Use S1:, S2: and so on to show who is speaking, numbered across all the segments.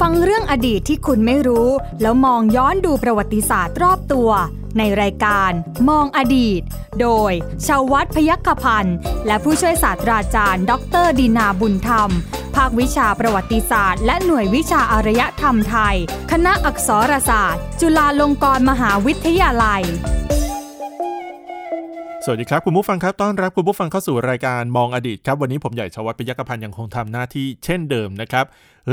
S1: ฟังเรื่องอดีตที่คุณไม่รู้ แล้วมองย้อนดูประวัติศาสตร์รอบตัว ในรายการมองอดีต โดยชาววัดพยัคฆพันธ์และผู้ช่วยศาสตราจารย์ ดรดินาบุญธรรม ภาควิชาประวัติศาสตร์ และหน่วยวิชาอารยธรรมไทย คณะอักษรศาสตร์ จุฬาลงกรณ์มหาวิทยาลัย
S2: สวัสดีครับ คุณผู้ฟังครับต้อนรับคุณผู้ฟังเข้าสู่รายการมองอดีตครับวันนี้ผมใหญ่ชวัฒน์ปิยกพันธ์ยังคงทำหน้าที่เช่นเดิมนะครับ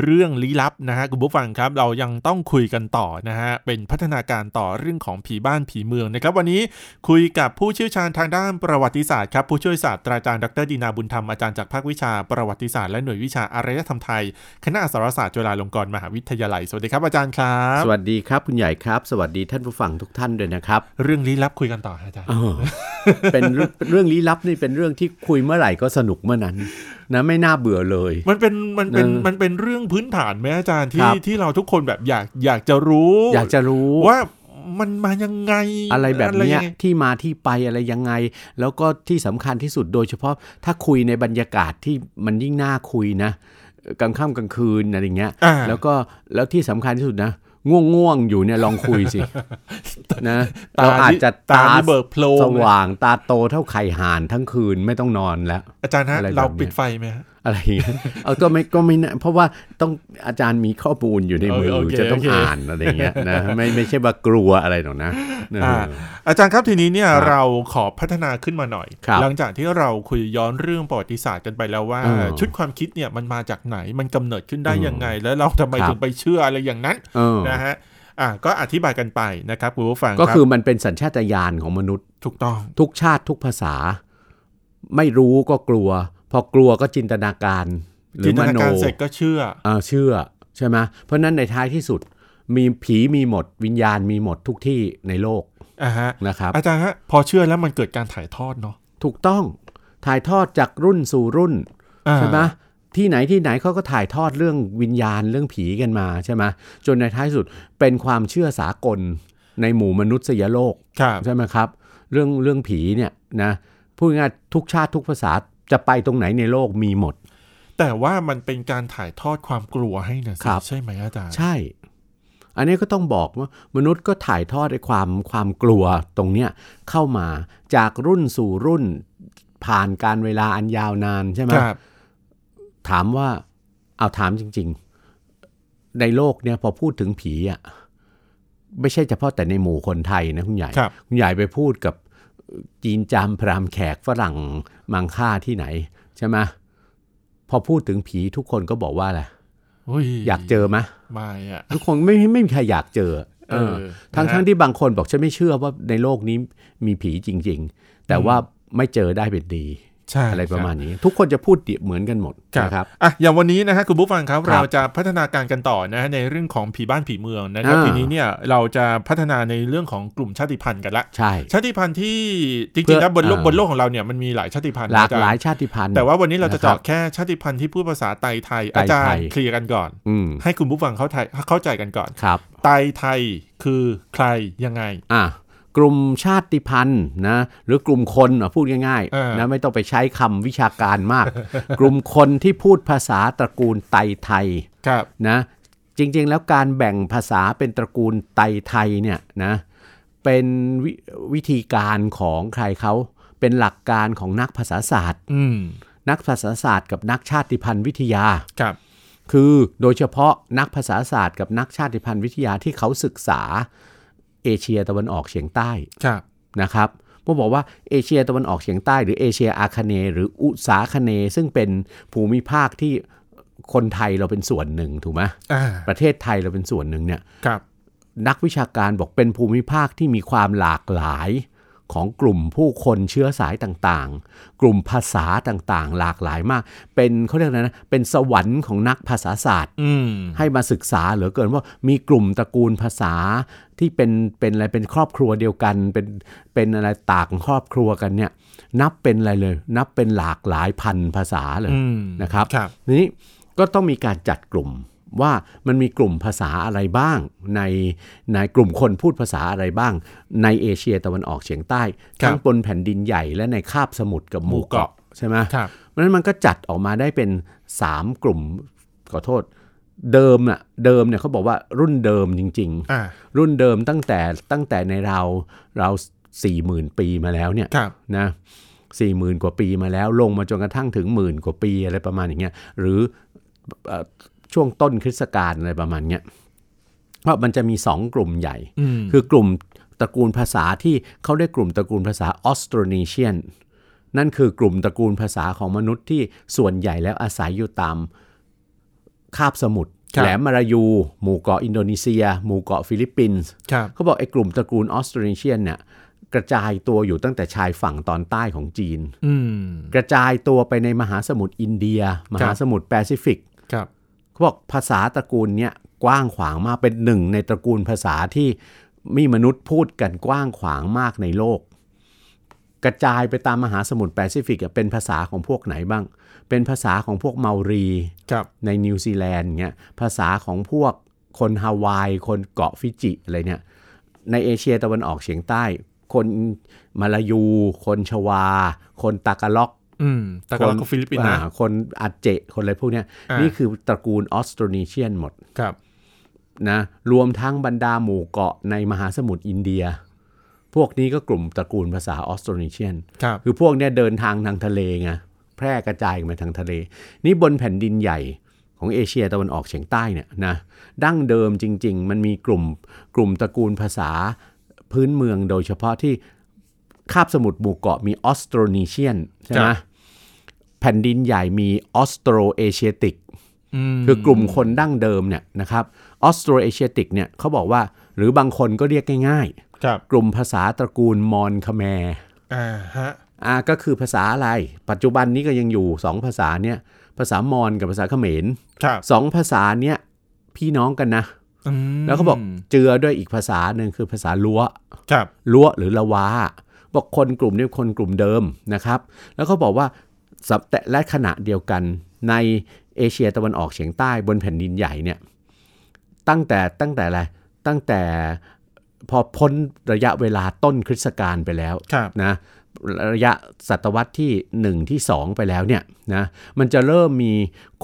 S2: เรื่องลี้ลับนะฮะคุณผู้ฟังครับเรายังต้องคุยกันต่อนะฮะเป็นพัฒนาการต่อเรื่องของผีบ้านผีเมืองนะครับวันนี้คุยกับผู้เชี่ยวชาญทางด้านประวัติศาสตร์ครับผู้ช่วยศาสตราจารย์ดรดีนาบุญธรรมอาจารย์จากภาควิชาประวัติศาสตร์และหน่วยวิชาอารยธรรมไทย คณะอักษรศาสตร์จุฬาลงกรณ์มหาวิทยาลัย สวัสดีครับอาจารย์ครับ
S3: สวัสดีครับคุณใหญ่ครับ สวัสดีท่านผู้ฟังทุกท่านด้วยนะครับ
S2: เรื่องลี้ลับคุยกันต่อฮะอาจารย์
S3: อ้าวเป็น เรื่องเรื่องลี้ลับนี่เป็นเรื่องที่คุยเมื่อไหร่ก็สนุกเมื่อนั้นนะไม่น่าเบื่อเลย
S2: มันเป็นมันเป็น
S3: เออ
S2: มันเป็นเรื่องพื้นฐานไหมอาจารย์
S3: ค
S2: ที่
S3: รับ
S2: ที่เราทุกคนแบบอยากอยากจะรู้
S3: อยากจะรู้
S2: ว่ามันมายังไง
S3: อะไรแบบเนี้ย
S2: อะไรยังไง
S3: ที่มาที่ไปอะไรยังไง แล้วก็ที่สำคัญที่สุดโดยเฉพาะถ้าคุยในบรรยากาศที่มันยิ่งน่าคุยนะกลางค่ำกลางคืนอะไรอย่างเงี้ย
S2: อ่า
S3: แล้วก็แล้วที่สำคัญที่สุดนะ ง่วงๆอยู่เนี่ยลองคุยสิ นะเราอาจจะ
S2: ตา
S3: ตา
S2: ที่เบิกโพลง
S3: สว่างตาโตเท่าไข่ห่านทั้งคืนไม่ต้องนอนแล้ว
S2: อาจารย์ฮะ
S3: อะไรแบบเนี้ย
S2: เราปิดไฟไหมฮะ
S3: อะไรอย่างเงี้ย เอาก็ไม่ก็ไม่น่าเพราะว่าต้องอาจารย์มีข้อมูลอยู่ในมือ
S2: เออโอเค
S3: จะต้อง
S2: โอเค
S3: อ่านอะไรอย่างเงี้ยนะ ไม่ไม่ใช่ว่ากลัวอะไรหรอกนะเออ
S2: อ่าอาจารย์ครับทีนี้เนี่ย
S3: ครับ
S2: เราขอพัฒนาขึ้นมาหน่อย
S3: ครับ
S2: หลังจากที่เราคุยย้อนเรื่องประวัติศาสตร์กันไปแล้วว่า
S3: เออ
S2: ชุดความคิดเนี่ยมันมาจากไหนมันกำเนิดขึ้นได้
S3: อืม
S2: ยังไง แล้วเราทำไม
S3: ครับ
S2: ถึงไปเชื่ออะไรอย่างนั้น
S3: เออ
S2: นะฮะอ่าก็อธิบายกันไปนะครับคุณผู้ฟัง
S3: ก็
S2: รับ
S3: คือมันเป็นสัญชาตญาณของมนุษย์
S2: ถูกต้อง
S3: ทุกชาติทุกภาษา ไม่รู้ก็กลัว พอกลัวก็จินตนาการหรื
S2: จิ
S3: อน
S2: ต
S3: ม
S2: นา
S3: โน
S2: การเสร็จก็เชื่อ
S3: เอ่อเชื่อใช่ไหมเพราะฉะนั้นในท้ายที่สุด มีผีมีหมด วิญญาณมีหมดทุกที่ในโลก
S2: อ่าฮะ
S3: นะครับ
S2: อาจารย์ฮะ พอเชื่อแล้วมันเกิดการถ่ายทอดเนาะ
S3: ถูกต้องถ่ายทอดจากรุ่นสู่รุ่นใช่ไหม
S2: อ่า
S3: ที่ไหนที่ไหนเขาก็ถ่ายทอดเรื่องวิญญาณเรื่องผีกันมาใช่ไหมจนในท้ายสุดเป็นความเชื่อสากลในหมู่มนุษยโลก
S2: ครับ
S3: ใช่ไหมครับ เรื่องเรื่องผีเนี่ยนะพูดง่ายๆทุกชาติทุกภาษาจะไปตรงไหนในโลกมีหมด
S2: แต่ว่ามันเป็นการถ่ายทอดความกลัวให้นะสิ
S3: ครับ
S2: ใช่ไหมอาจารย์
S3: ใช่ อันนี้ก็ต้องบอกว่ามนุษย์ก็ถ่ายทอดไอ้ความความกลัวตรงเนี้ยเข้ามาจากรุ่นสู่รุ่นผ่านการเวลาอันยาวนานใช่ไหม
S2: ครับ
S3: ถามว่าเอาถามจริง ๆ ในโลกเนี่ยพอพูดถึงผีอ่ะไม่ใช่เฉพาะแต่ในหมู่คนไทยนะคุณใหญ่
S2: ครับ
S3: คุณใหญ่ไปพูดกับจีนจามพราหมณ์แขกฝรั่งมังค่าที่ไหนใช่ไหมพอพูดถึงผีทุกคนก็บอกว่าอะไร
S2: อุ้ย
S3: อยากเจอไหม
S2: ไม่อ่ะ
S3: ทุกคนไม่ไม่ไม่มีใครอยากเจอเออ
S2: เออ
S3: ทั้ง
S2: นะฮะ
S3: ทั้งที่บางคนบอกฉันไม่เชื่อว่าในโลกนี้มีผีจริง ๆ แต่ว่าไม่เจอได้เป็นดี
S2: ใช่
S3: อะไรประมาณนี้ ทุกคนจะพูดเหมือนกันหมด
S2: ครับ
S3: นะครับ
S2: อ่ะอย่างวันนี้นะฮะคุณผู้ฟังครับ
S3: ครับ
S2: เราจะพัฒนาการกันต่อนะฮะในเรื่องของผีบ้านผีเมืองนะครับ
S3: อ่า
S2: ทีนี้เนี่ยเราจะพัฒนาในเรื่องของกลุ่มชาติพันธุ์กันละ
S3: ใช่
S2: ชาติพันธุ์ที่จ
S3: เพื่
S2: ริงๆ
S3: อ
S2: แล้วบนโลก
S3: อ่า
S2: บนโลกของเราเนี่ยมันมีหลายชาติพันธุ์
S3: หลาก
S2: อจร
S3: หลายชาติพันธุ์
S2: แต่ว่าวันนี้เราจะ
S3: นะครับ
S2: เจาะแค่ชาติพันธุ์ที่พูดภาษาไตไทย
S3: ไตไทย
S2: อาจารย์เคลียร์กันก่อน
S3: อืม
S2: ให้คุณผู้ฟังเข้าใจเข้าใจกันก่อน
S3: ครับ
S2: ไตไทยคือใครยังไง
S3: อ่ะกลุ่มชาติพันธุ์นะหรือกลุ่มคนอ่ะพูดง่าย
S2: เออ
S3: ๆนะไม่ต้องไปใช้คำวิชาการมาก กลุ่มคนที่พูดภาษาตระกูลไตไทย
S2: ครับ
S3: นะจริงๆ แล้วการแบ่งภาษาเป็นตระกูลไตไทยเนี่ยนะเป็นววิธีการของใครเขาเป็นหลักการของนักภาษาศาสตร์
S2: อืม
S3: นักภาษาศาสตร์กับนักชาติพันธุ์วิทยา
S2: ครับ
S3: คือโดยเฉพาะนักภาษาศาสตร์กับนักชาติพันธุ์วิทยาที่เขาศึกษาเอเชียตะวันออกเฉียงใต้
S2: ครับ
S3: นะครับพวกบอกว่าเอเชียตะวันออกเฉียงใต้ หรือเอเชียอาคเนย์หรืออุสาคเนย์ซึ่งเป็นภูมิภาคที่คนไทยเราเป็นส่วนหนึ่งถูกไหม
S2: อ่า
S3: ประเทศไทยเราเป็นส่วนหนึ่งเนี่ย
S2: ครับ
S3: นักวิชาการบอกเป็นภูมิภาคที่มีความหลากหลายของกลุ่มผู้คนเชื้อสายต่างๆ กลุ่มภาษาต่างๆ หลากหลายมาก เป็นเขาเรียกอะไรนะเป็นสวรรค์ของนักภาษาศาสตร์
S2: อืม
S3: ให้มาศึกษาเหลือเกินว่ามีกลุ่มตระกูลภาษาที่เป็นเป็นอะไรเป็นครอบครัวเดียวกันเป็นเป็นอะไรต่างครอบครัวกันเนี่ยนับเป็นอะไรเลย นับเป็นหลากหลายพันภาษาเลย
S2: อืม
S3: นะครับ
S2: ครับ
S3: ทีนี้ก็ต้องมีการจัดกลุ่มว่ามันมีกลุ่มภาษาอะไรบ้าง ในในกลุ่มคนพูดภาษาอะไรบ้าง ในเอเชียตะวันออกเฉียงใต้
S2: ครับ
S3: ทั้งบนแผ่นดินใหญ่และในคาบสมุทรกับหมู่เกาะใช่ไหม
S2: ครับ
S3: เพราะฉะนั้นมันก็จัดออกมาได้เป็น 3 กลุ่มขอโทษ เดิมน่ะเดิมเนี่ยเขาบอกว่ารุ่นเดิมจริง
S2: อ่า
S3: ๆ รุ่นเดิมตั้งแต่ตั้งแต่ในเราเราสี่หมื่นปีมาแล้วเนี่ย
S2: ครับ
S3: นะสี่หมื่นกว่าปีมาแล้วลงมาจนกระทั่งถึงหมื่นกว่าปีอะไรประมาณอย่างเงี้ยหรือเอ่อช่วงต้นคริสตกาลอะไรประมาณเนี้ยเพราะมันจะมีสองกลุ่มใหญ่
S2: อืม
S3: คือกลุ่มตระกูลภาษาที่เขาเรียกกลุ่มตระกูลภาษาออสโตรเนเชียนนั่นคือกลุ่มตระกูลภาษาของมนุษย์ที่ส่วนใหญ่แล้วอาศัยอยู่ตามคาบสมุทร
S2: ครับ
S3: แหลมมารายู หมู่เกาะอินโดนีเซีย หมู่เกาะฟิลิปปินส์
S2: ครับ
S3: เขาบอกไอ้กลุ่มตระกูลออสเตรเลียนเนี่ยกระจายตัวอยู่ตั้งแต่ชายฝั่งตอนใต้ของจีน
S2: อืม
S3: กระจายตัวไปในมหาสมุทรอินเดีย มหาสมุทรแปซิฟิก
S2: ครับ
S3: เขาบอกภาษาตระกูลเนี่ยกว้างขวางมากเป็นหนึ่งในตระกูลภาษาที่มีมนุษย์พูดกันกว้างขวางมากในโลก กระจายไปตามมหาสมุทรแปซิฟิกอะเป็นภาษาของพวกไหนบ้าง เป็นภาษาของพวกเมารี
S2: ครับ
S3: ในนิวซีแลนด์เงี้ยภาษาของพวกคนฮาวาย คนเกาะฟิจิอะไรเนี่ยในเอเชียตะวันออกเฉียงใต้ คนมาลายู คนชวา คนตากาล็อก
S2: อืมแต่ก็เราก็ฟิลิปปินส์นะ
S3: อ่าคนอาเจ คนอะไรพวกเนี้ย
S2: อ่านี่
S3: นี่คือตระกูลออสโตรเนเชียนหมด
S2: ครับ
S3: นะรวมทั้งบรรดาหมู่เกาะในมหาสมุทรอินเดีย พวกนี้ก็กลุ่มตระกูลภาษาออสโตรเนเชียน
S2: ครับ
S3: คือพวกเนี่ยเดินทางทางทะเลไงแพร่กระจายมาทางทะเล นี่บนแผ่นดินใหญ่ของเอเชียตะวันออกเฉียงใต้เนี่ยนะดั้งเดิมจริง ๆ มันมีกลุ่มกลุ่มตระกูลภาษาพื้นเมืองโดยเฉพาะที่คาบสมุทรหมู่เกาะมีออสโตรเนเชียนใช่ไหม
S2: จ้ะ
S3: แผ่นดินใหญ่มีออสโตรเอเชียติก
S2: อืม
S3: คือกลุ่มคนดั้งเดิมเนี่ยนะครับออสโตรเอเชียติกเนี่ยเขาบอกว่าหรือบางคนก็เรียกง่าย
S2: ครับ
S3: ๆ กลุ่มภาษาตระกูลมอนคาแมร์
S2: อ่าฮะ
S3: อ่าก็คือภาษาอะไร ปัจจุบันนี้ก็ยังอยู่สองภาษาเนี่ยภาษามอญกับภาษาเขมร
S2: ครับ
S3: สองภาษาเนี่ยพี่น้องกันนะ
S2: อืม
S3: แล้วเขาบอกเจือด้วยอีกภาษาหนึ่งคือภาษาล้ว
S2: ครับ
S3: ล้วหรือละวาบอกคนกลุ่มนี้คนกลุ่มเดิมนะครับ แล้วเขาบอกว่าสับแต่และขณะเดียวกันในเอเชียตะวันออกเฉียงใต้บนแผ่นดินใหญ่เนี่ยตั้งแต่ตั้งแต่อะไรตั้งแต่พอพ้นระยะเวลาต้นคริสตกาลไปแล้ว
S2: ครับ
S3: นะระยะศตวรรษที่ 1 ที่ 2 ไปแล้วเนี่ยนะมันจะเริ่มมี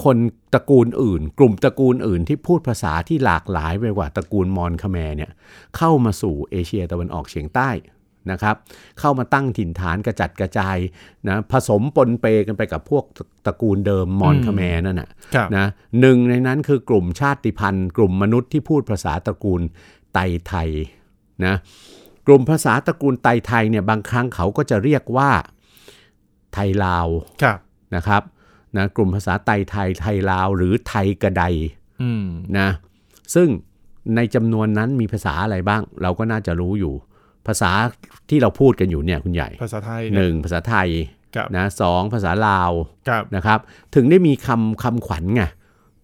S3: คนตระกูลอื่น กลุ่มตระกูลอื่นที่พูดภาษาที่หลากหลายไปกว่าตระกูลมอญคแมร์เนี่ยเข้ามาสู่เอเชียตะวันออกเฉียงใต้นะครับเข้ามาตั้งถิ่นฐานกระจัดกระจายนะผสมปนเปกันไปกับพวกตระกูลเดิมมอญคแมร์นั่นน่ะ
S2: ครับ
S3: นะหนึ่งในนั้นคือกลุ่มชาติพันธุ์ กลุ่มมนุษย์ที่พูดภาษาตระกูลไตไทยนะ กลุ่มภาษาตระกูลไตไทยเนี่ยบางครั้งเขาก็จะเรียกว่าไทยลาว
S2: ครับ
S3: นะครับนะกลุ่มภาษาไตไทยไทยลาวหรือไทยกระได
S2: อืม
S3: นะซึ่งในจำนวนนั้นมีภาษาอะไรบ้าง เราก็น่าจะรู้อยู่ ภาษาที่เราพูดกันอยู่เนี่ยคุณใหญ่
S2: ภาษาไทย
S3: ห
S2: เย
S3: นึ่งภาษาไทย
S2: ครับ
S3: นะสองภาษาลาว
S2: ครับ
S3: นะครับถึงได้มีคำคำขวัญไง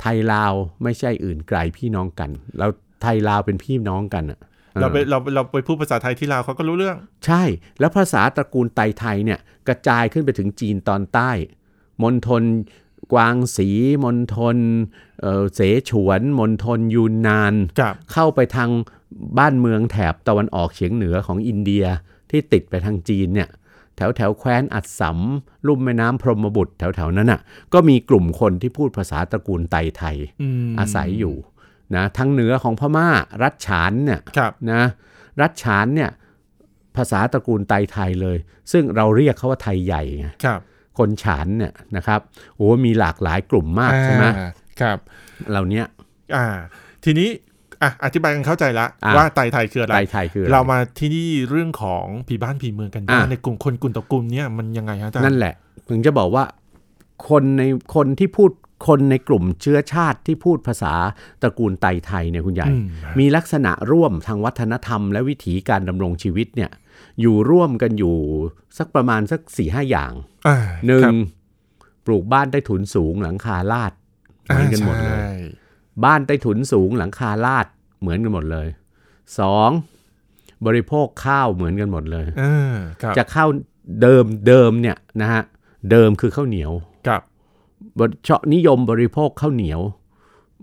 S3: ไทยลาวไม่ใช่อื่นไกลพี่น้องกัน เราไทยลาวเป็นพี่น้องกันอะ
S2: เราไปเราเราไปพูดภาษาไทยที่ลาวเขาก็รู้เรื่อง
S3: ใช่ แล้วภาษาตระกูลไตไทยเนี่ยกระจายขึ้นไปถึงจีนตอนใต้ มณฑลกวางสี มณฑลเอ่อเสฉวน มณฑลยูนนาน
S2: ครับ
S3: เข้าไปทางบ้านเมืองแถบตะวันออกเฉียงเหนือของอินเดียที่ติดไปทางจีนเนี่ยแถวแถวแคว้นอัสสัมลุ่มแม่น้ำพรหมบุตรแถวแถวๆนั้นน่ะก็มีกลุ่มคนที่พูดภาษาตระกูลไตไทย
S2: อืม
S3: อาศัยอยู่นะทางเหนือของพม่ารัชฉานเนี่ย
S2: ครับ
S3: นะรัชฉานเนี่ยภาษาตระกูลไตไทยเลย ซึ่งเราเรียกเขาว่าไทยใหญ่ไง
S2: ครับ
S3: คนฉานเนี่ยนะครับโอ้มีหลากหลายกลุ่มมากใช่ไหม
S2: อ่าครับ
S3: เหล่าเนี้ย
S2: อ่า ทีนี้ อ่ะ อธิบายกันเข้าใจละ
S3: อ่ะ
S2: ว่าไตไทยคืออะไร
S3: ไตไทยคืออะ
S2: เรา
S3: ไร
S2: มาที่นี่เรื่องของผีบ้านผีเมืองกันบ้าง
S3: อ่ะ
S2: ในกลุ่มคนกลุ่มต่อกลุ่มเนี่ยมันยังไงฮะอาจารย์
S3: นั่นแหละถึงจะบอกว่าคนในคนที่พูดคนในกลุ่มเชื้อชาติที่พูดภาษาตระกูลไตไทยเนี่ยคุณใหญ่
S2: อืม
S3: มีลักษณะร่วมทางวัฒนธรรมและวิถีการดำรงชีวิตเนี่ยอยู่ร่วมกันอยู่สักประมาณสักสี่ห้าอย่าง
S2: อ่า
S3: หนึ่ง
S2: ครับ
S3: ปลูกบ้านใต้ถุนสูงหลังคาลาดเหมือนกันหมดเลย
S2: อ่าใช่
S3: บ้านใต้ถุนสูงหลังคาลาดเหมือนกันหมดเลยสองบริโภคข้าวเหมือนกันหมดเลย
S2: อ่าครับ
S3: จะข้าวเดิมเดิมเนี่ยนะฮะเดิมคือข้าวเหนียว
S2: ครับ
S3: บริเชาะนิยมบริโภคข้าวเหนียว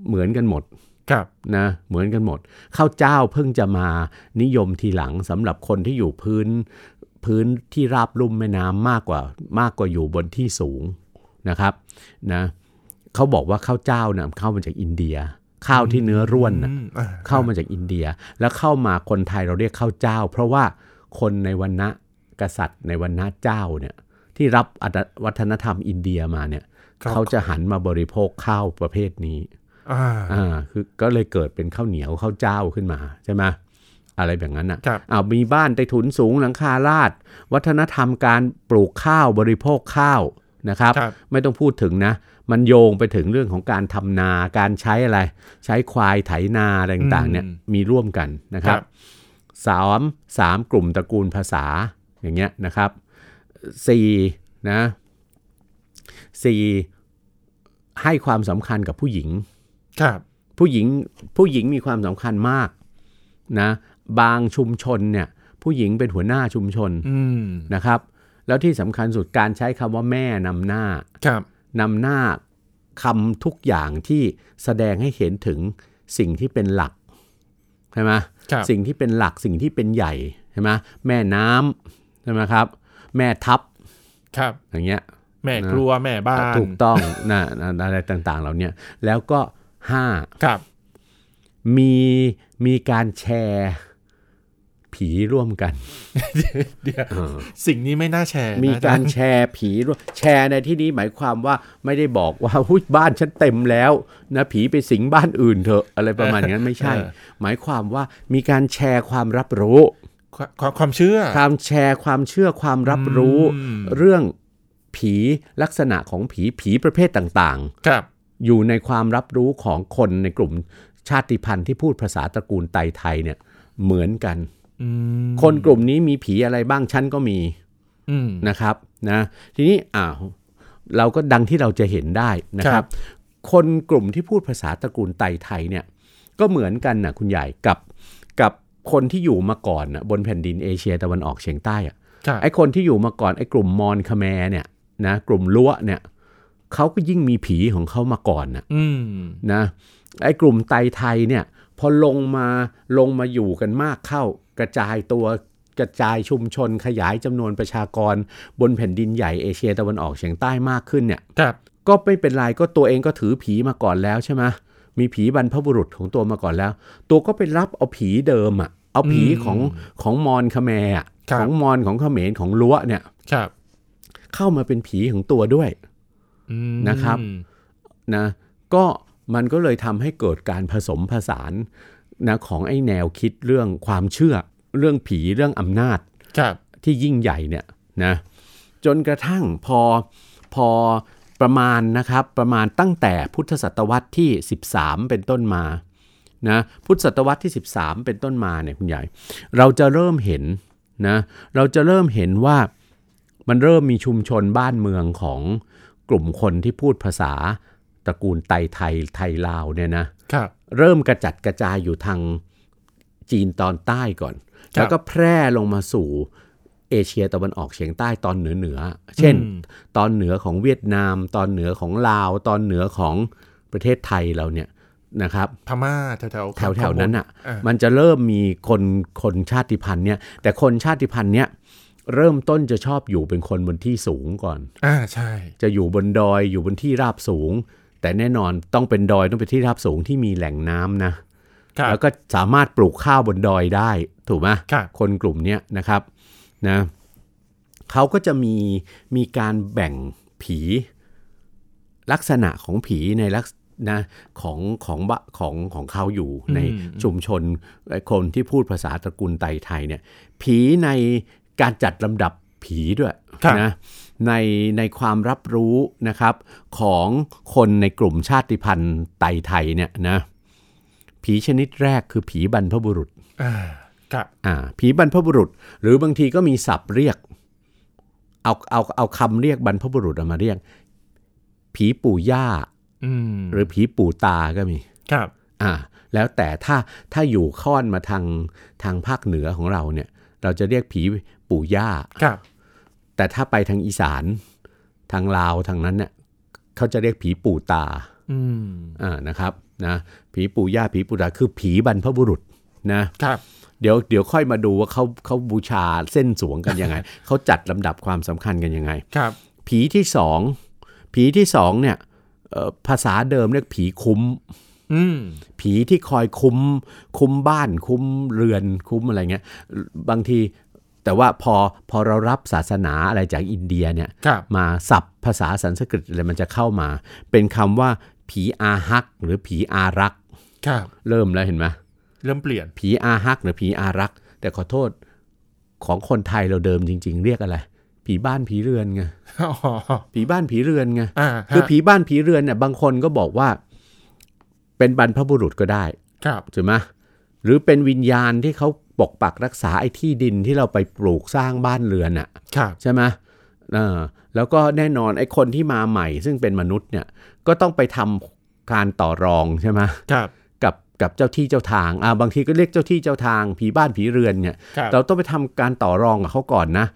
S3: เหมือนกันหมด
S2: ครับ
S3: นะเหมือนกันหมดข้าวเจ้าเพิ่งจะมานิยมทีหลังสำหรับคนที่อยู่พื้นพื้นที่ราบลุ่มแม่น้ำมากกว่ามากกว่าอยู่บนที่สูงนะครับนะ เขาบอกว่าข้าวเจ้าน่ะเข้ามาจากอินเดีย ข้าวที่เนื้อร่วนน่ะ
S2: อืมอ่ะ
S3: เข้ามาจากอินเดียแล้วเข้ามาคนไทยเราเรียกข้าวเจ้า เพราะว่าคนในวรรณะกษัตริย์ในวรรณะเจ้าเนี่ยที่รับอัตวัฒนธรรมอินเดียมาเนี่ย
S2: ครับ
S3: เขาจะหันมาบริโภคข้าวประเภทนี้
S2: อ่า
S3: อ่าคือก็เลยเกิดเป็นข้าวเหนียวข้าวเจ้าขึ้นมาใช่ไหมอะไรแบบนั้น
S2: ครั
S3: อ่ะ
S2: บ
S3: อ้าวมีบ้านใต้ถุนสูงหลังคาลาด วัฒนธรรมการปลูกข้าวบริโภคข้าวนะครับ
S2: ครับ
S3: ไม่ต้องพูดถึงนะ มันโยงไปถึงเรื่องของการทำนา การใช้อะไร ใช้ควายไถนาอะไรต่างๆเนี่ย
S2: อืม
S3: มีร่วมกันนะครั
S2: ครับ บ
S3: สามสามกลุ่มตระกูลภาษาอย่างเงี้ยนะครับสี่นะสี่ให้ความสำคัญกับผู้หญิง
S2: ครับ
S3: ผู้หญิงผู้หญิงมีความสำคัญมากนะบางชุมชนเนี่ยผู้หญิงเป็นหัวหน้าชุมชน
S2: อืม
S3: นะครับ แล้วที่สำคัญสุดการใช้คำว่าแม่นำหน้า
S2: ครับ
S3: นำหน้าคำทุกอย่างที่แสดงให้เห็นถึงสิ่งที่เป็นหลักใช่ไหม
S2: ครับ
S3: สิ่งที่เป็นหลักสิ่งที่เป็นใหญ่ใช่ไหมแม่น้ำใช่ไหมครับ แม่ทัพ
S2: ครับ
S3: อย่างเงี้ย
S2: แม่ครัวแม่บ้าน
S3: ถูกต้องนะนะอะไรต่างๆ เหล่าเนี้ยแล้วก็ห้า
S2: ครับ
S3: มีมีการแชร์ผีร่วมกัน
S2: เดี๋ยว
S3: เออ
S2: สิ่งนี้ไม่น่าแชร์นะ
S3: มีการ
S2: อจย์
S3: แชร์ผีด้วยแชร์ในที่นี้หมายความว่าไม่ได้บอกว่า หุ้ยบ้านฉันเต็มแล้วนะผีไปสิงบ้านอื่นเถอะอะไรประมาณอย่างนั้นไม่ใช่ หมายความว่ามีการแชร์ความรับรู้
S2: ความความความเชื่อ
S3: ความแชร์ความเชื่อความรับรู้
S2: อืม
S3: เรื่องผีลักษณะของผีผีประเภทต่าง
S2: ครับ
S3: ๆ อยู่ในความรับรู้ของคนในกลุ่มชาติพันธุ์ที่พูดภาษาตระกูลไตไทยเนี่ยเหมือนกัน
S2: อืม
S3: คนกลุ่มนี้มีผีอะไรบ้างฉันก็มี
S2: อืม
S3: นะครับนะทีนี้อ้าวเราก็ดังที่เราจะเห็นได้นะครับ คนกลุ่มที่พูดภาษาตระกูลไตไทยเนี่ยก็เหมือนกันนะคุณใหญ่กับกับคนที่อยู่มาก่อนนะบนแผ่นดินเอเชียตะวันออกเฉียงใต้อะ
S2: ครับ
S3: ไอ้คนที่อยู่มาก่อนไอ้กลุ่มมอญคแมร์เนี่ยนะกลุ่มล้วเนี่ยเขาก็ยิ่งมีผีของเขามาก่อนนะ
S2: อืม
S3: นะไอ้กลุ่มไตไทยเนี่ยพอลงมาลงมาอยู่กันมากเข้ากระจายตัวกระจายชุมชนขยายจำนวนประชากร บนแผ่นดินใหญ่เอเชียตะวันออกเฉียงใต้มากขึ้นเนี่ย
S2: ครับ
S3: ก็ไม่เป็นไรก็ตัวเองก็ถือผีมาก่อนแล้วใช่ไหมมีผีบรรพบุรุษของตัวมาก่อนแล้ว ตัวก็ไปรับเอาผีเดิมอะเอาผีของของมอญคแมร์อะของมอญของเขมรของล้ว เนี่ย
S2: ครับ
S3: เข้ามาเป็นผีของตัวด้วย
S2: อืม
S3: นะครับ นะก็มันก็เลยทำให้เกิดการผสมผสานนะของไอ้แนวคิดเรื่องความเชื่อ เรื่องผีเรื่องอำนาจ
S2: ครับ
S3: ที่ยิ่งใหญ่เนี่ยนะจนกระทั่งพอพอประมาณนะครับประมาณตั้งแต่พุทธศตวรรษที่ 13 เป็นต้นมานะพุทธศตวรรษที่ 13 เป็นต้นมาเนี่ยคุณใหญ่ เราจะเริ่มเห็นนะเราจะเริ่มเห็นว่ามันเริ่มมีชุมชนบ้านเมืองของกลุ่มคนที่พูดภาษาตระกูลไตไทยไทยลาวเนี่ยนะ
S2: ครับ
S3: เริ่มกระจัดกระจายอยู่ทางจีนตอนใต้ก่อน
S2: ครับ
S3: แล้วก็แพร่ลงมาสู่เอเชียตะวันออกเฉียงใต้ตอนเหนือเหนือๆเช่น
S2: อืม
S3: ตอนเหนือของเวียดนาม ตอนเหนือของลาว ตอนเหนือของประเทศไทยเราเนี่ยนะครับ
S2: พม่าแถวแถว
S3: แถวแถวๆนั้นอ่ะ
S2: อ่ะ
S3: มันจะเริ่มมีคนคนชาติพันธุ์เนี่ย แต่คนชาติพันธุ์เนี่ยเริ่มต้นจะชอบอยู่เป็นคนบนที่สูงก่อน
S2: อ่าใช่
S3: จะอยู่บนดอยอยู่บนที่ราบสูง แต่แน่นอนต้องเป็นดอยต้องเป็นที่ราบสูงที่มีแหล่งน้ำนะ
S2: ครับ
S3: แล้วก็สามารถปลูกข้าวบนดอยได้ถูกไหม
S2: ครับ
S3: คนกลุ่มเนี้ยนะครับนะเขาก็จะมีมีการแบ่งผีลักษณะของผีในลักษนะของของบะของของเขาอยู่
S2: อืม
S3: ในชุมชนเอ่อคนที่พูดภาษาตระกูลไตไทยเนี่ยผีในการจัดลำดับผีด้วยนะในในความรับรู้นะครับของคนในกลุ่มชาติพันธุ์ไตไทยเนี่ยนะผีชนิดแรกคือผีบรรพบุรุษ
S2: อ่าครับ
S3: อ่าผีบรรพบุรุษ หรือบางทีก็มีศัพท์เรียก เอาเอาเอาคำเรียกบรรพบุรุษเอามาเรียก ผีปู่ย่า
S2: อืม
S3: หรือผีปู่ตาก็มี
S2: ครับ
S3: อ่าแล้วแต่ถ้าถ้าอยู่ค่อนมาทางทางภาคเหนือของเราเนี่ย เราจะเรียกผีปู่ย่า
S2: ครับ
S3: แต่ถ้าไปทางอีสาน ทางลาวทางนั้นเนี่ยเขาจะเรียกผีปู่ตา
S2: อืม
S3: อ่านะครับนะผีปู่ย่าผีปู่ตาคือผีบรรพบุรุษนะ
S2: ครับ
S3: เดี๋ยวเดี๋ยวค่อยมาดูว่าเขาเขาบูชาเส้นสวงกันยังไง เขาจัดลำดับความสำคัญกันยังไง
S2: ครับ
S3: ผีที่สองผีที่สองเนี่ย เอ่อภาษาเดิมเรียกผีคุ้ม
S2: อืม
S3: ผีที่คอยคุ้ม คุ้มบ้านคุ้มเรือนคุ้มอะไรเงี้ยบางทีแต่ว่าพอพอเรารับศาสนาอะไรจากอินเดียเนี่ย
S2: ครับ
S3: มาศัพท์ภาษาสันสกฤตอะไรมันจะเข้ามา เป็นคำว่าผีอาฮัก หรือผีอารักษ์
S2: ครับ
S3: เริ่มแล้วเห็นไหม
S2: เริ่มเปลี่ยน
S3: ผีอาฮัก หรือผีอารักษ์แต่ขอโทษของคนไทยเราเดิมจริง ๆ เรียกอะไร ผีบ้านผีเรือนไง
S2: อ๋อ
S3: ผีบ้านผีเรือนไง
S2: อ่าฮะ
S3: คือผีบ้านผีเรือนเนี่ยบางคนก็บอกว่า เป็นบรรพบุรุษก็ได้
S2: ครับ
S3: ถูกไหมหรือเป็นวิญญาณที่เขาปกปักรักษาไอ้ที่ดินที่เราไปปลูกสร้างบ้านเรือนอะ
S2: ครับ
S3: ใช่ไหมเออแล้วก็แน่นอนไอ้คนที่มาใหม่ ซึ่งเป็นมนุษย์เนี่ยก็ต้องไปทำการต่อรองใช่ไหม
S2: ครับ
S3: กับกับเจ้าที่เจ้าทางอ่าบางทีก็เรียกเจ้าที่เจ้าทางผีบ้านผีเรือนเนี่ย
S2: ครับ
S3: เราต้องไปทำการต่อรองกับเขาก่อนนะ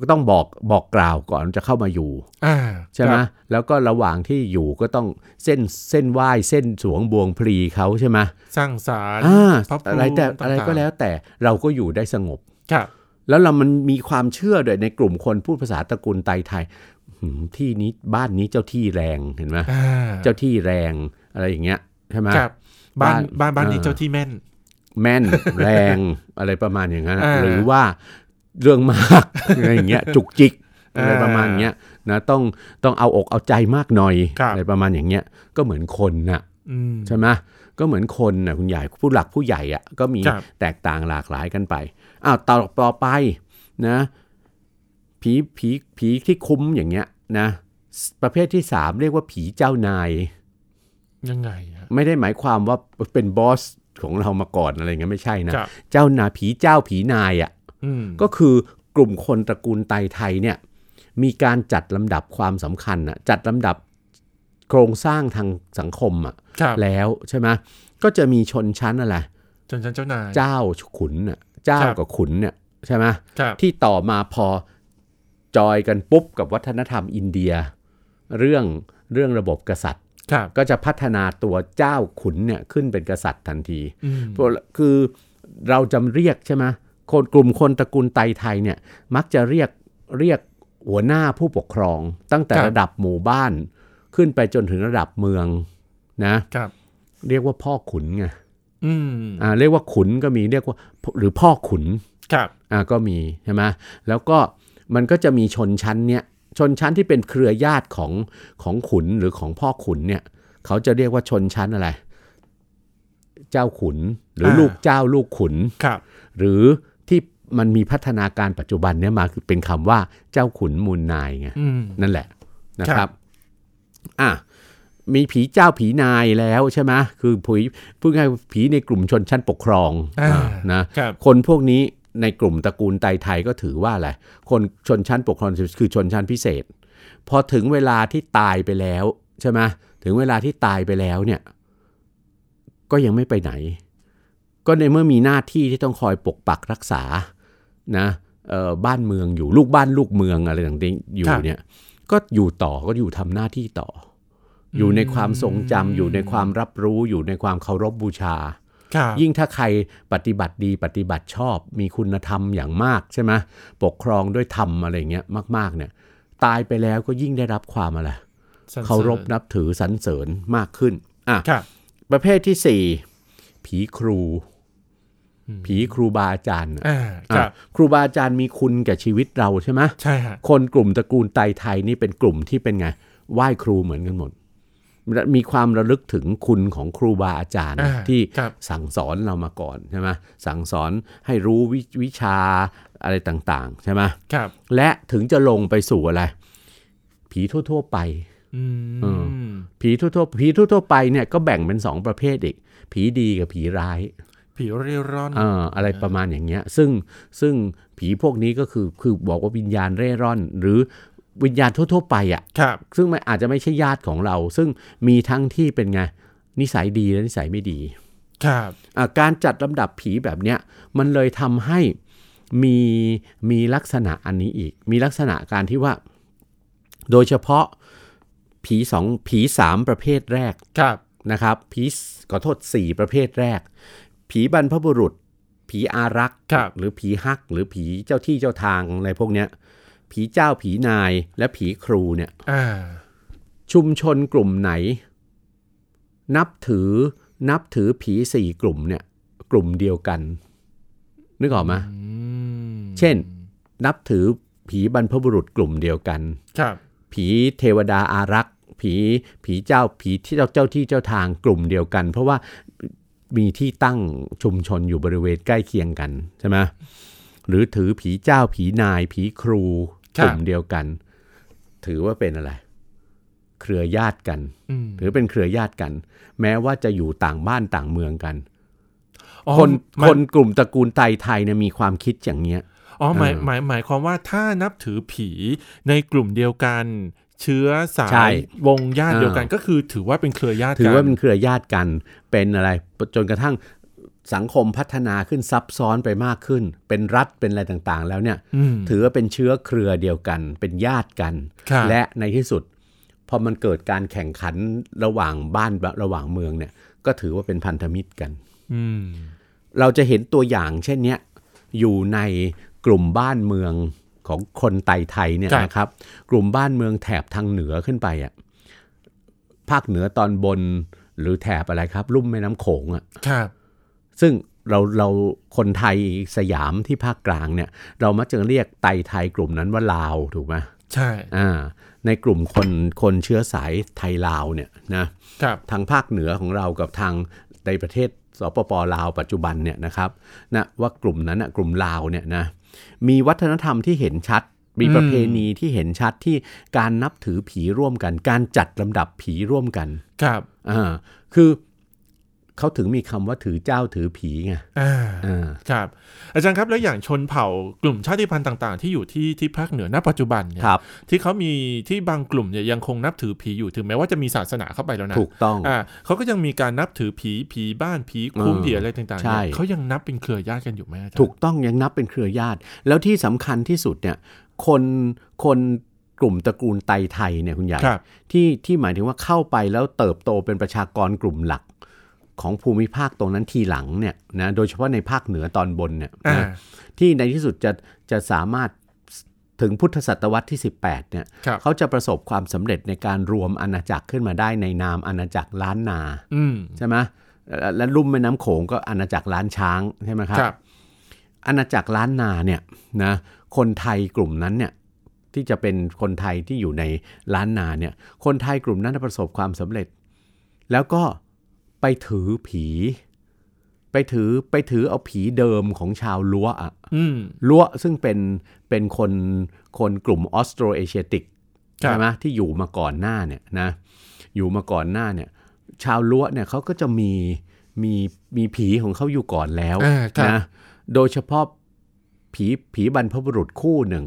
S3: ก็ต้องบอกบอกกล่าวก่อนจะเข้ามาอยู่
S2: อ่า
S3: ใช่ไหม
S2: ครับ
S3: แล้วก็ระหว่างที่อยู่ก็ต้องเส้นเส้นไหว้เส้นสวงบวงพลีเขาใช่ไหม
S2: สร้างสาร
S3: อ่า
S2: พระภูมิ
S3: อะไรแต่
S2: างๆ
S3: อะไรก็แล้วแต่เราก็อยู่ได้สงบ
S2: ครับ
S3: แล้วเรามันมีความเชื่อด้วยในกลุ่มคนพูดภาษาตระกูลไตไทยหืมที่นี้บ้านนี้เจ้าที่แรงเห็นไหม
S2: อ่า
S3: เจ้าที่แรงอะไรอย่างเงี้ยใช่ไหม
S2: ครับ บ้าน บ้าน บ้าน
S3: อ่า
S2: นี้เจ้าที่แม่น
S3: แม่น แรงอะไรประมาณอย่างนั้นอะ
S2: อ่า
S3: หรือว่าเรื่องมาก อะไรอย่างเงี้ยจุกจิก
S2: อ่า
S3: อะไรประมาณเนี้ยนะต้องต้องเอาอกเอาใจมากหน่อย
S2: ครับ
S3: อะไรประมาณอย่างเงี้ยก็เหมือนคนน่ะ
S2: อืม
S3: ใช่ไหมก็เหมือนคนนะคุณใหญ่ผู้หลักผู้ใหญ่อะก็มี
S2: ครับ
S3: แตกต่างหลากหลายกันไปอ้าวต่อต่อไปนะผีผีผีที่คุ้มอย่างเงี้ยนะสประเภทที่ 3 เรียกว่าผีเจ้านาย
S2: ยังไงฮะ
S3: ไม่ได้หมายความว่าเป็นบอสของเรามาก่อนอะไรเงี้ยไม่ใช่นะครับ เจ้านายผีเจ้าผีนายอะ
S2: อืม
S3: ก็คือกลุ่มคนตระกูลไตไทยเนี่ยมีการจัดลำดับความสำคัญอะจัดลำดับโครงสร้างทางสังคมอะ
S2: ครับ
S3: แล้วใช่ไหมก็จะมีชนชั้นอะไร
S2: จนฉันเจ้านาย
S3: เจ้าขุนน่ะเจ้า
S2: ครับ
S3: กับขุนเนี่ยใช่ไหม
S2: ครับ
S3: ที่ต่อมาพอจอยกันปุ๊บกับวัฒนธรรมอินเดีย เรื่องเรื่องระบบกษัตริย์
S2: ครับ
S3: ก็จะพัฒนาตัวเจ้าขุนเนี่ยขึ้นเป็นกษัตริย์ทันที
S2: อืม
S3: พวกคือเราจำเรียกใช่ไหมคนกลุ่มคนตระกูลไตไทยเนี่ยมักจะเรียกเรียกหัวหน้าผู้ปกครอง ตั้งแต่
S2: ครับ
S3: ระดับหมู่บ้านขึ้นไปจนถึงระดับเมืองนะ
S2: ครับ
S3: เรียกว่าพ่อขุนไง
S2: อืม
S3: อ่า เรียกว่าขุนก็มีเรียกว่าหรือพ่อขุน
S2: ครับ
S3: อ่า ก็มีใช่ไหมแล้วก็มันก็จะมีชนชั้นเนี่ย ชนชั้นที่เป็นเครือญาติของของขุนหรือของพ่อขุนเนี่ย เขาจะเรียกว่าชนชั้นอะไร เจ้าขุนหรืออา ลูกเจ้าลูกขุน
S2: ครับ
S3: หรือที่มันมีพัฒนาการปัจจุบันเนี่ยมาคือเป็นคำว่าเจ้าขุนมูลนายไง
S2: อืม
S3: นั่นแหละนะ
S2: ค
S3: ค
S2: รั
S3: รับบ อ่ะมีผีเจ้าผีนายแล้วใช่ไหมคือผีพูดง่ายๆผีในกลุ่มชนชั้นปกครอง
S2: อ่า
S3: อ่านะครับ คนพวกนี้ในกลุ่มตระกูลไตไทยก็ถือว่าอะไรคนชนชั้นปกครองคือชนชั้นพิเศษ พอถึงเวลาที่ตายไปแล้วใช่ไหมถึงเวลาที่ตายไปแล้วเนี่ย ก็ยังไม่ไปไหน ก็ในเมื่อมีหน้าที่ที่ต้องคอยปกปักรักษานะเอ่อบ้านเมืองอยู่ลูกบ้านลูกเมืองอะไรต่างๆอยู่
S2: ครับ
S3: เนี่ย ก็อยู่ต่อก็อยู่ทำหน้าที่ต่ออ
S2: ม
S3: อยู่ในความทรงจำอยู่ในความรับรู้อยู่ในความเคารพบูชา
S2: ครับ
S3: ยิ่งถ้าใครปฏิบัติดีปฏิบัติชอบ มีคุณธรรมอย่างมากใช่ไหมปกครองด้วยธรรมอะไรอย่างเงี้ยมาก ๆ เนี่ย ตายไปแล้วก็ยิ่งได้รับความอะไร
S2: สสญ
S3: เคารพนับถือสรรเสริญมากขึ้นอ่ะ
S2: ครับ
S3: ประเภทที่สี่ผีครู ผีครูบาอาจารย์น่ะ
S2: อ่า ค
S3: อ่ะ
S2: รับ
S3: ครูบาอาจารย์มีคุณแก่ชีวิตเราใช่ไหม
S2: ใช่ฮะ
S3: คนกลุ่มตระกูลไตไทยนี่เป็นกลุ่มที่เป็นไงไหว้ครูเหมือนกันหมดและมีความระลึกถึงคุณของครูบาอาจารย์
S2: อ่า
S3: ที่
S2: ครับ
S3: สั่งสอนเรามาก่อนใช่ไหมสั่งสอนให้รู้วิวิชาอะไรต่างๆใช่ไหม
S2: ครับ
S3: และถึงจะลงไปสู่อะไร ผีทั่วๆไป
S2: อื
S3: เอ
S2: ม
S3: ผีทั่วๆผีทั่วๆไปเนี่ยก็แบ่งเป็นสองประเภทอีก ผีดีกับผีร้าย
S2: ผีเร่ร่อน
S3: เอ่ออะไรประมาณอย่างเงี้ยซึ่งซึ่งผีพวกนี้ก็คือคือบอกว่าวิญญาณเร่ร่อน หรือวิญญาณทั่วๆไปอะ่ะ
S2: ครับ
S3: ซึ่งมันอาจจะไม่ใช่ญาติของเรา ซึ่งมีทั้งที่เป็นไงนิสัยดีและนิสัยไม่ดี
S2: ครับ
S3: อ่ะการจัดลำดับผีแบบเนี้ยมันเลยทำให้มีมีลักษณะอันนี้อีก มีลักษณะการที่ว่า โดยเฉพาะผีสองผีสามประเภทแรก
S2: ครับ
S3: นะครับผีสขอโทษ 4 ประเภทแรก ผีบรรพบุรุษ ผีอารักษ์
S2: ครับ
S3: หรือผีฮัก หรือผีเจ้าที่เจ้าทางอะไรพวกเนี้ยผีเจ้าผีนายและผีครูเนี่ย
S2: อ่า
S3: ชุมชนกลุ่มไหน นับถือนับถือผีสี่กลุ่มเนี่ย กลุ่มเดียวกัน นึกออกไหม
S2: อืม
S3: เช่น นับถือผีบรรพบุรุษกลุ่มเดียวกัน
S2: ครับ
S3: ผีเทวดาอารักษ์ ผีผีเจ้าผีที่เจ้าเจ้าที่เจ้าทางกลุ่มเดียวกัน เพราะว่ามีที่ตั้งชุมชนอยู่บริเวณใกล้เคียงกันใช่ไหมหรือถือผีเจ้าผีนาย ผีครู
S2: ครับ
S3: กลุ่มเดียวกัน ถือว่าเป็นอะไร เครือญาติกัน
S2: อืม
S3: ถือเป็นเครือญาติกัน แม้ว่าจะอยู่ต่างบ้านต่างเมืองกัน
S2: อ๋อ
S3: คน
S2: มั
S3: คนกลุ่มตระกูลไตรไทยเนี่ยมีความคิดอย่างเนี้ย
S2: อ๋อหมาย
S3: เออ
S2: หมายหมายความว่าถ้านับถือผีในกลุ่มเดียวกัน เชื้อสา
S3: ใช่
S2: ยวงญาติเดียวกัน
S3: เออ
S2: ก็คือถือว่าเป็นเครือญาติ
S3: ถือว่า
S2: กั
S3: เป็นเครือญาติกันเป็นอะไรจนกระทั่งสังคมพัฒนาขึ้นซับซ้อนไปมากขึ้น เป็นรัฐเป็นอะไรต่างๆ แล้วเนี่ย
S2: อืม
S3: ถือว่าเป็นเชื้อเครือเดียวกัน เป็นญาติกัน
S2: ครับ
S3: และในที่สุด พอมันเกิดการแข่งขันระหว่างบ้านระหว่างเมืองเนี่ยก็ถือว่าเป็นพันธมิตรกัน
S2: อืม
S3: เราจะเห็นตัวอย่างเช่นเนี้ยอยู่ในกลุ่มบ้านเมืองของคนไตไทยเนี่ยนะครับ กลุ่มบ้านเมืองแถบทางเหนือขึ้นไปอ่ะภาคเหนือตอนบนหรือแถบอะไรครับ ลุ่มแม่น้ำโขงอ่ะ
S2: ครับ
S3: ซึ่งเราเราคนไทยสยามที่ภาคกลางเนี่ย เรามักจะเรียกไตไทยกลุ่มนั้นว่าลาวถูกไหม
S2: ใช่
S3: อ่า ในกลุ่มคนคนเชื้อสายไทยลาวเนี่ยนะ
S2: ครับ
S3: ทางภาคเหนือของเรากับทางในประเทศสปปลาวปัจจุบันเนี่ยนะครับนะว่ากลุ่มนั้นนะกลุ่มลาวเนี่ยนะมีวัฒนธรรมที่เห็นชัด มี
S2: อืม
S3: ประเพณีที่เห็นชัดที่การนับถือผีร่วมกัน การจัดลำดับผีร่วมกัน
S2: ครับ
S3: อ่าคือเขาถึงมีคำว่าถือเจ้าถือผีไง
S2: อ่า
S3: อ่า
S2: ครับ อาจารย์ครับแล้วอย่างชนเผ่ากลุ่มชาติพันธุ์ต่าง ๆ ที่อยู่ที่ที่ภาคเหนือณปัจจุบันเนี่ย
S3: ครับ
S2: ที่เขามีที่บางกลุ่มเนี่ยยังคงนับถือผีอยู่ถึงแม้ว่าจะมีศาสนาเข้าไปแล้วนะ
S3: ถูกต้อง
S2: อ่าเขาก็ยังมีการนับถือผีผีบ้านผีคุ้ม
S3: เออ
S2: ผีอะไรต่างๆ
S3: ใช่
S2: เนี่ยเขายังนับเป็นเครือญาติกันอยู่ไหมอาจารย์
S3: ถูกต้องยังนับเป็นเครือญาติ แล้วที่สำคัญที่สุดเนี่ยคนคนกลุ่มตระกูลไตไทยเนี่ยคุณใหญ่
S2: ครับ
S3: ที่ที่หมายถึงว่าเข้าไปแล้วเติบโตเป็นประชากรกลุ่มหลักของภูมิภาคตรงนั้นทีหลังเนี่ยนะโดยเฉพาะในภาคเหนือตอนบนเนี่ย
S2: อ่า
S3: นะที่ในที่สุดจะจะสามารถถึงพุทธศตวรรษที่ 18เนี่ย
S2: ครับ
S3: เขาจะประสบความสำเร็จในการรวมอาณาจักรขึ้นมาได้ในนามอาณาจักรล้านนา
S2: อืม
S3: ใช่ไหมและและลุ่มแม่น้ำโขงก็อาณาจักรล้านช้างใช่ไหมครับ
S2: ครับ
S3: อาณาจักรล้านนาเนี่ยนะคนไทยกลุ่มนั้นเนี่ยที่จะเป็นคนไทยที่อยู่ในล้านนาเนี่ยคนไทยกลุ่มนั้นประสบความสำเร็จ แล้วก็ไปถือผี ไปถือไปถือเอาผีเดิมของชาวล้วอะ
S2: อืม
S3: ล้วซึ่งเป็นเป็นคนคนกลุ่มออสโตรเอเชียติก
S2: ครับ
S3: ใช่ไหมที่อยู่มาก่อนหน้าเนี่ยนะอยู่มาก่อนหน้าเนี่ยชาวล้วเนี่ยเขาก็จะมีมีมีผีของเขาอยู่ก่อนแล้ว
S2: อ่าครับ
S3: นะโดยเฉพาะผีผีบรรพบุรุษคู่หนึ่ง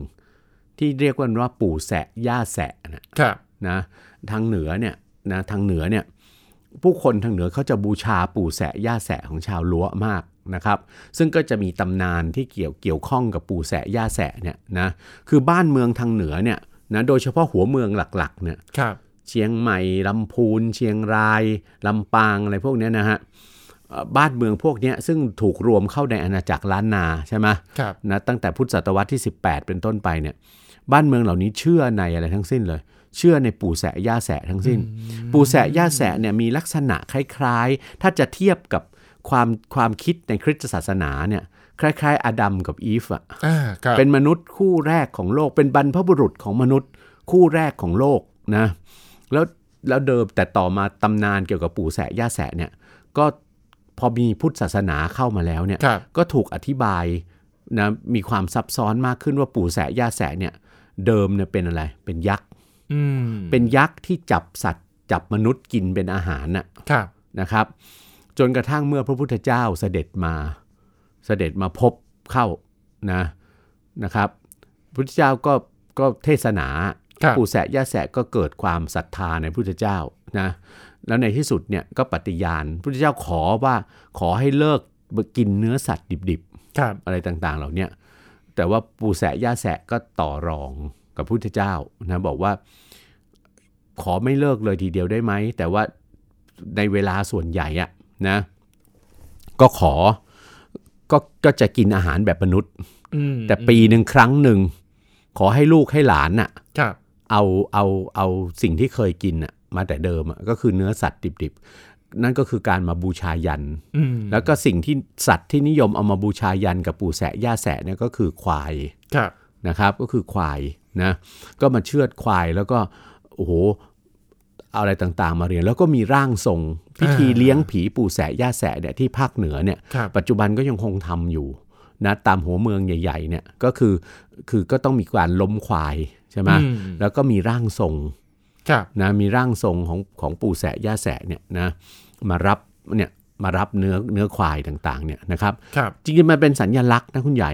S3: ที่เรียกกันว่าปู่แสะย่าแสะนะครับ นะทางเหนือเนี่ยนะทางเหนือเนี่ยผู้คนทางเหนือเขาจะบูชาปู่แสะย่าแสะของชาวล้วมากนะครับ ซึ่งก็จะมีตำนานที่เกี่ยวเกี่ยวข้องกับปู่แสะย่าแสะเนี่ยนะคือบ้านเมืองทางเหนือเนี่ยนะโดยเฉพาะหัวเมืองหลักๆเนี่ย
S2: ครับ
S3: เชียงใหม่ ลำพูน เชียงราย ลำปางอะไรพวกเนี้ยนะฮะเอ่อบ้านเมืองพวกเนี้ยซึ่งถูกรวมเข้าในอาณาจักรล้านนาใช่ไหม
S2: ครับ
S3: นะตั้งแต่พุทธศตวรรษที่ 18 เป็นต้นไปเนี่ยบ้านเมืองเหล่านี้เชื่อในอะไรทั้งสิ้นเลย เชื่อในปู่แสะย่าแสะทั้งสิ้น ปู่แสะย่าแสะเนี่ยมีลักษณะคล้ายๆ ถ้าจะเทียบกับความความคิดในคริสตศาสนาเนี่ยคล้ายๆ อดัมกับอีฟอะ
S2: อ่าครับ
S3: เป็นมนุษย์คู่แรกของโลก เป็นบรรพบุรุษของมนุษย์คู่แรกของโลกนะแล้วแล้วเดิมแต่ต่อมาตำนานเกี่ยวกับปู่แสะย่าแสะเนี่ยก็พอมีพุทธศาสนาเข้ามาแล้วเนี่ย
S2: ครับ
S3: ก็ถูกอธิบายนะมีความซับซ้อนมากขึ้นว่าปู่แสะย่าแสะเนี่ยเดิมเนี่ยเป็นอะไรเป็นยักษ์
S2: อืม
S3: เป็นยักษ์ที่จับสัตว์ จับมนุษย์กินเป็นอาหารน่ะ
S2: ครับ
S3: นะครับจนกระทั่งเมื่อพระพุทธเจ้าเสด็จมาเสด็จมาพบเข้านะนะครับพระพุทธเจ้าก็ก็เทศนา
S2: ครับ
S3: ปู่แสะย่าแสะก็เกิดความศรัทธาในพระพุทธเจ้านะแล้วในที่สุดเนี่ยก็ปฏิญาณพระพุทธเจ้าขอว่าขอให้เลิกกินเนื้อสัตว์ดิบ
S2: ครับ
S3: ๆ อะไรต่างๆ เหล่าเนี้ยแต่ว่าปู่แสะย่าแสะก็ต่อรองกับพระพุทธเจ้านะบอกว่าขอไม่เลิกเลยทีเดียวได้ไหมแต่ว่า ในเวลาส่วนใหญ่อะนะ ก็ขอก็ก็จะกินอาหารแบบมนุษย์
S2: อืม
S3: แต่ปีหนึ่งครั้งหนึ่ง ขอให้ลูกให้หลานอะ
S2: ครับ
S3: เอาเอาเอาสิ่งที่เคยกินน่ะมาแต่เดิมอะก็คือเนื้อสัตว์ดิบๆ นั่นก็คือการมาบูชายัน
S2: อืม
S3: แล้วก็สิ่งที่สัตว์ที่นิยมเอามาบูชายันกับปู่แสะย่าแสะเนี่ยก็คือควาย
S2: ครับ
S3: นะครับก็คือควายนะก็มาเชือดควายแล้วก็โอ้โหเอาอะไรต่างๆ มาเรียน แล้วก็มีร่างทรงพิธี
S2: อ่า
S3: เลี้ยงผีปู่แสะย่าแสะเนี่ยที่ภาคเหนือเนี่ย
S2: ครับ
S3: ปัจจุบันก็ยังคงทำอยู่นะตามหัวเมืองใหญ่ๆเนี่ยก็คือคือก็ต้องมีการล้มควายใช่ไหม
S2: อืม
S3: แล้วก็มีร่างทรง
S2: ครับ
S3: นะมีร่างทรงของของปู่แสะย่าแสะเนี่ยนะมารับเนี่ยมารับเนื้อเนื้อควายต่างๆเนี่ยนะครับ
S2: ครับ
S3: จริงๆ มันเป็นสัญญลักษณ์นะคุณใหญ่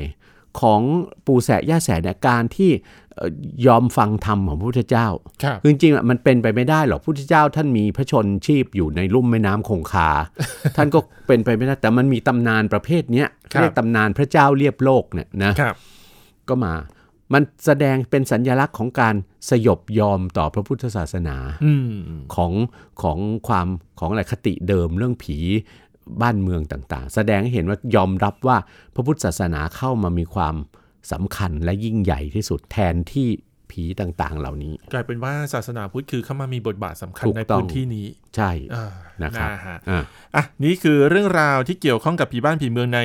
S3: ของปู่แสะย่าแสะเนี่ยการที่เอ่อยอมฟังธรรมของพระพุทธเจ้า
S2: ครับ
S3: คือจริงๆอ่ะมันเป็นไปไม่ได้หรอกพระพุทธเจ้าท่านมีพระชนชีพอยู่ในลุ่มแม่น้ำคงคา ท่านก็เป็นไปไม่ได้แต่มันมีตำนานประเภทเนี้ยเรียกตำนานพระเจ้าเรียบโลกเนี่ยนะครับ ก็มา มันแสดงเป็นสัญญลักษณ์ของการสยบยอมต่อพระพุทธศาสนา
S2: อืม
S3: ของของความของอะไรคติเดิมเรื่องผีบ้านเมืองต่างๆ แสดงให้เห็นว่ายอมรับว่าพระพุทธศาสนาเข้ามามีความสำคัญและยิ่งใหญ่ที่สุดแทนที่ผีต่างๆ เหล่านี้
S2: กลายเป็นว่าศาสนาพุทธคือเข้ามามีบทบาทสำคัญ
S3: ถูก
S2: ใน
S3: ต้อง
S2: พื้นที่นี้
S3: ใช่
S2: อ่า
S3: นะครับ
S2: ฮะ
S3: อ่ะ
S2: อ่ะนี่คือเรื่องราวที่เกี่ยวข้องกับผีบ้านผีเมืองใน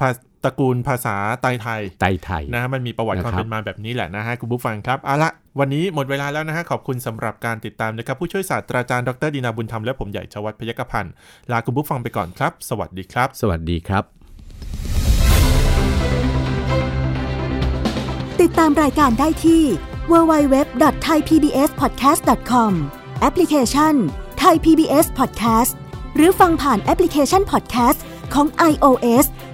S2: ภาตระกูลภาษาไตไทย
S3: ไตไทย
S2: นะฮะมันมีประวัติความ
S3: นะครับ
S2: เป็นมาแบบนี้แหละนะฮะคุณผู้ฟังครับเอาละวันนี้หมดเวลาแล้วนะฮะขอบคุณสำหรับการติดตามนะครับ ผู้ช่วยศาสตราจารย์ดรดินาบุญธรรมและผมใหญ่ชวัฒน์พยกพันธ์ลาคุณผู้ฟังไปก่อนครับ สวัสดีครับ
S3: สวัสดีครับ
S4: ติดตามรายการได้ที่ www.thaipbspodcast.com แอปพลิเคชัน Thai PBS Podcast หรือฟังผ่านแอปพลิเคชัน Podcast ของ iOS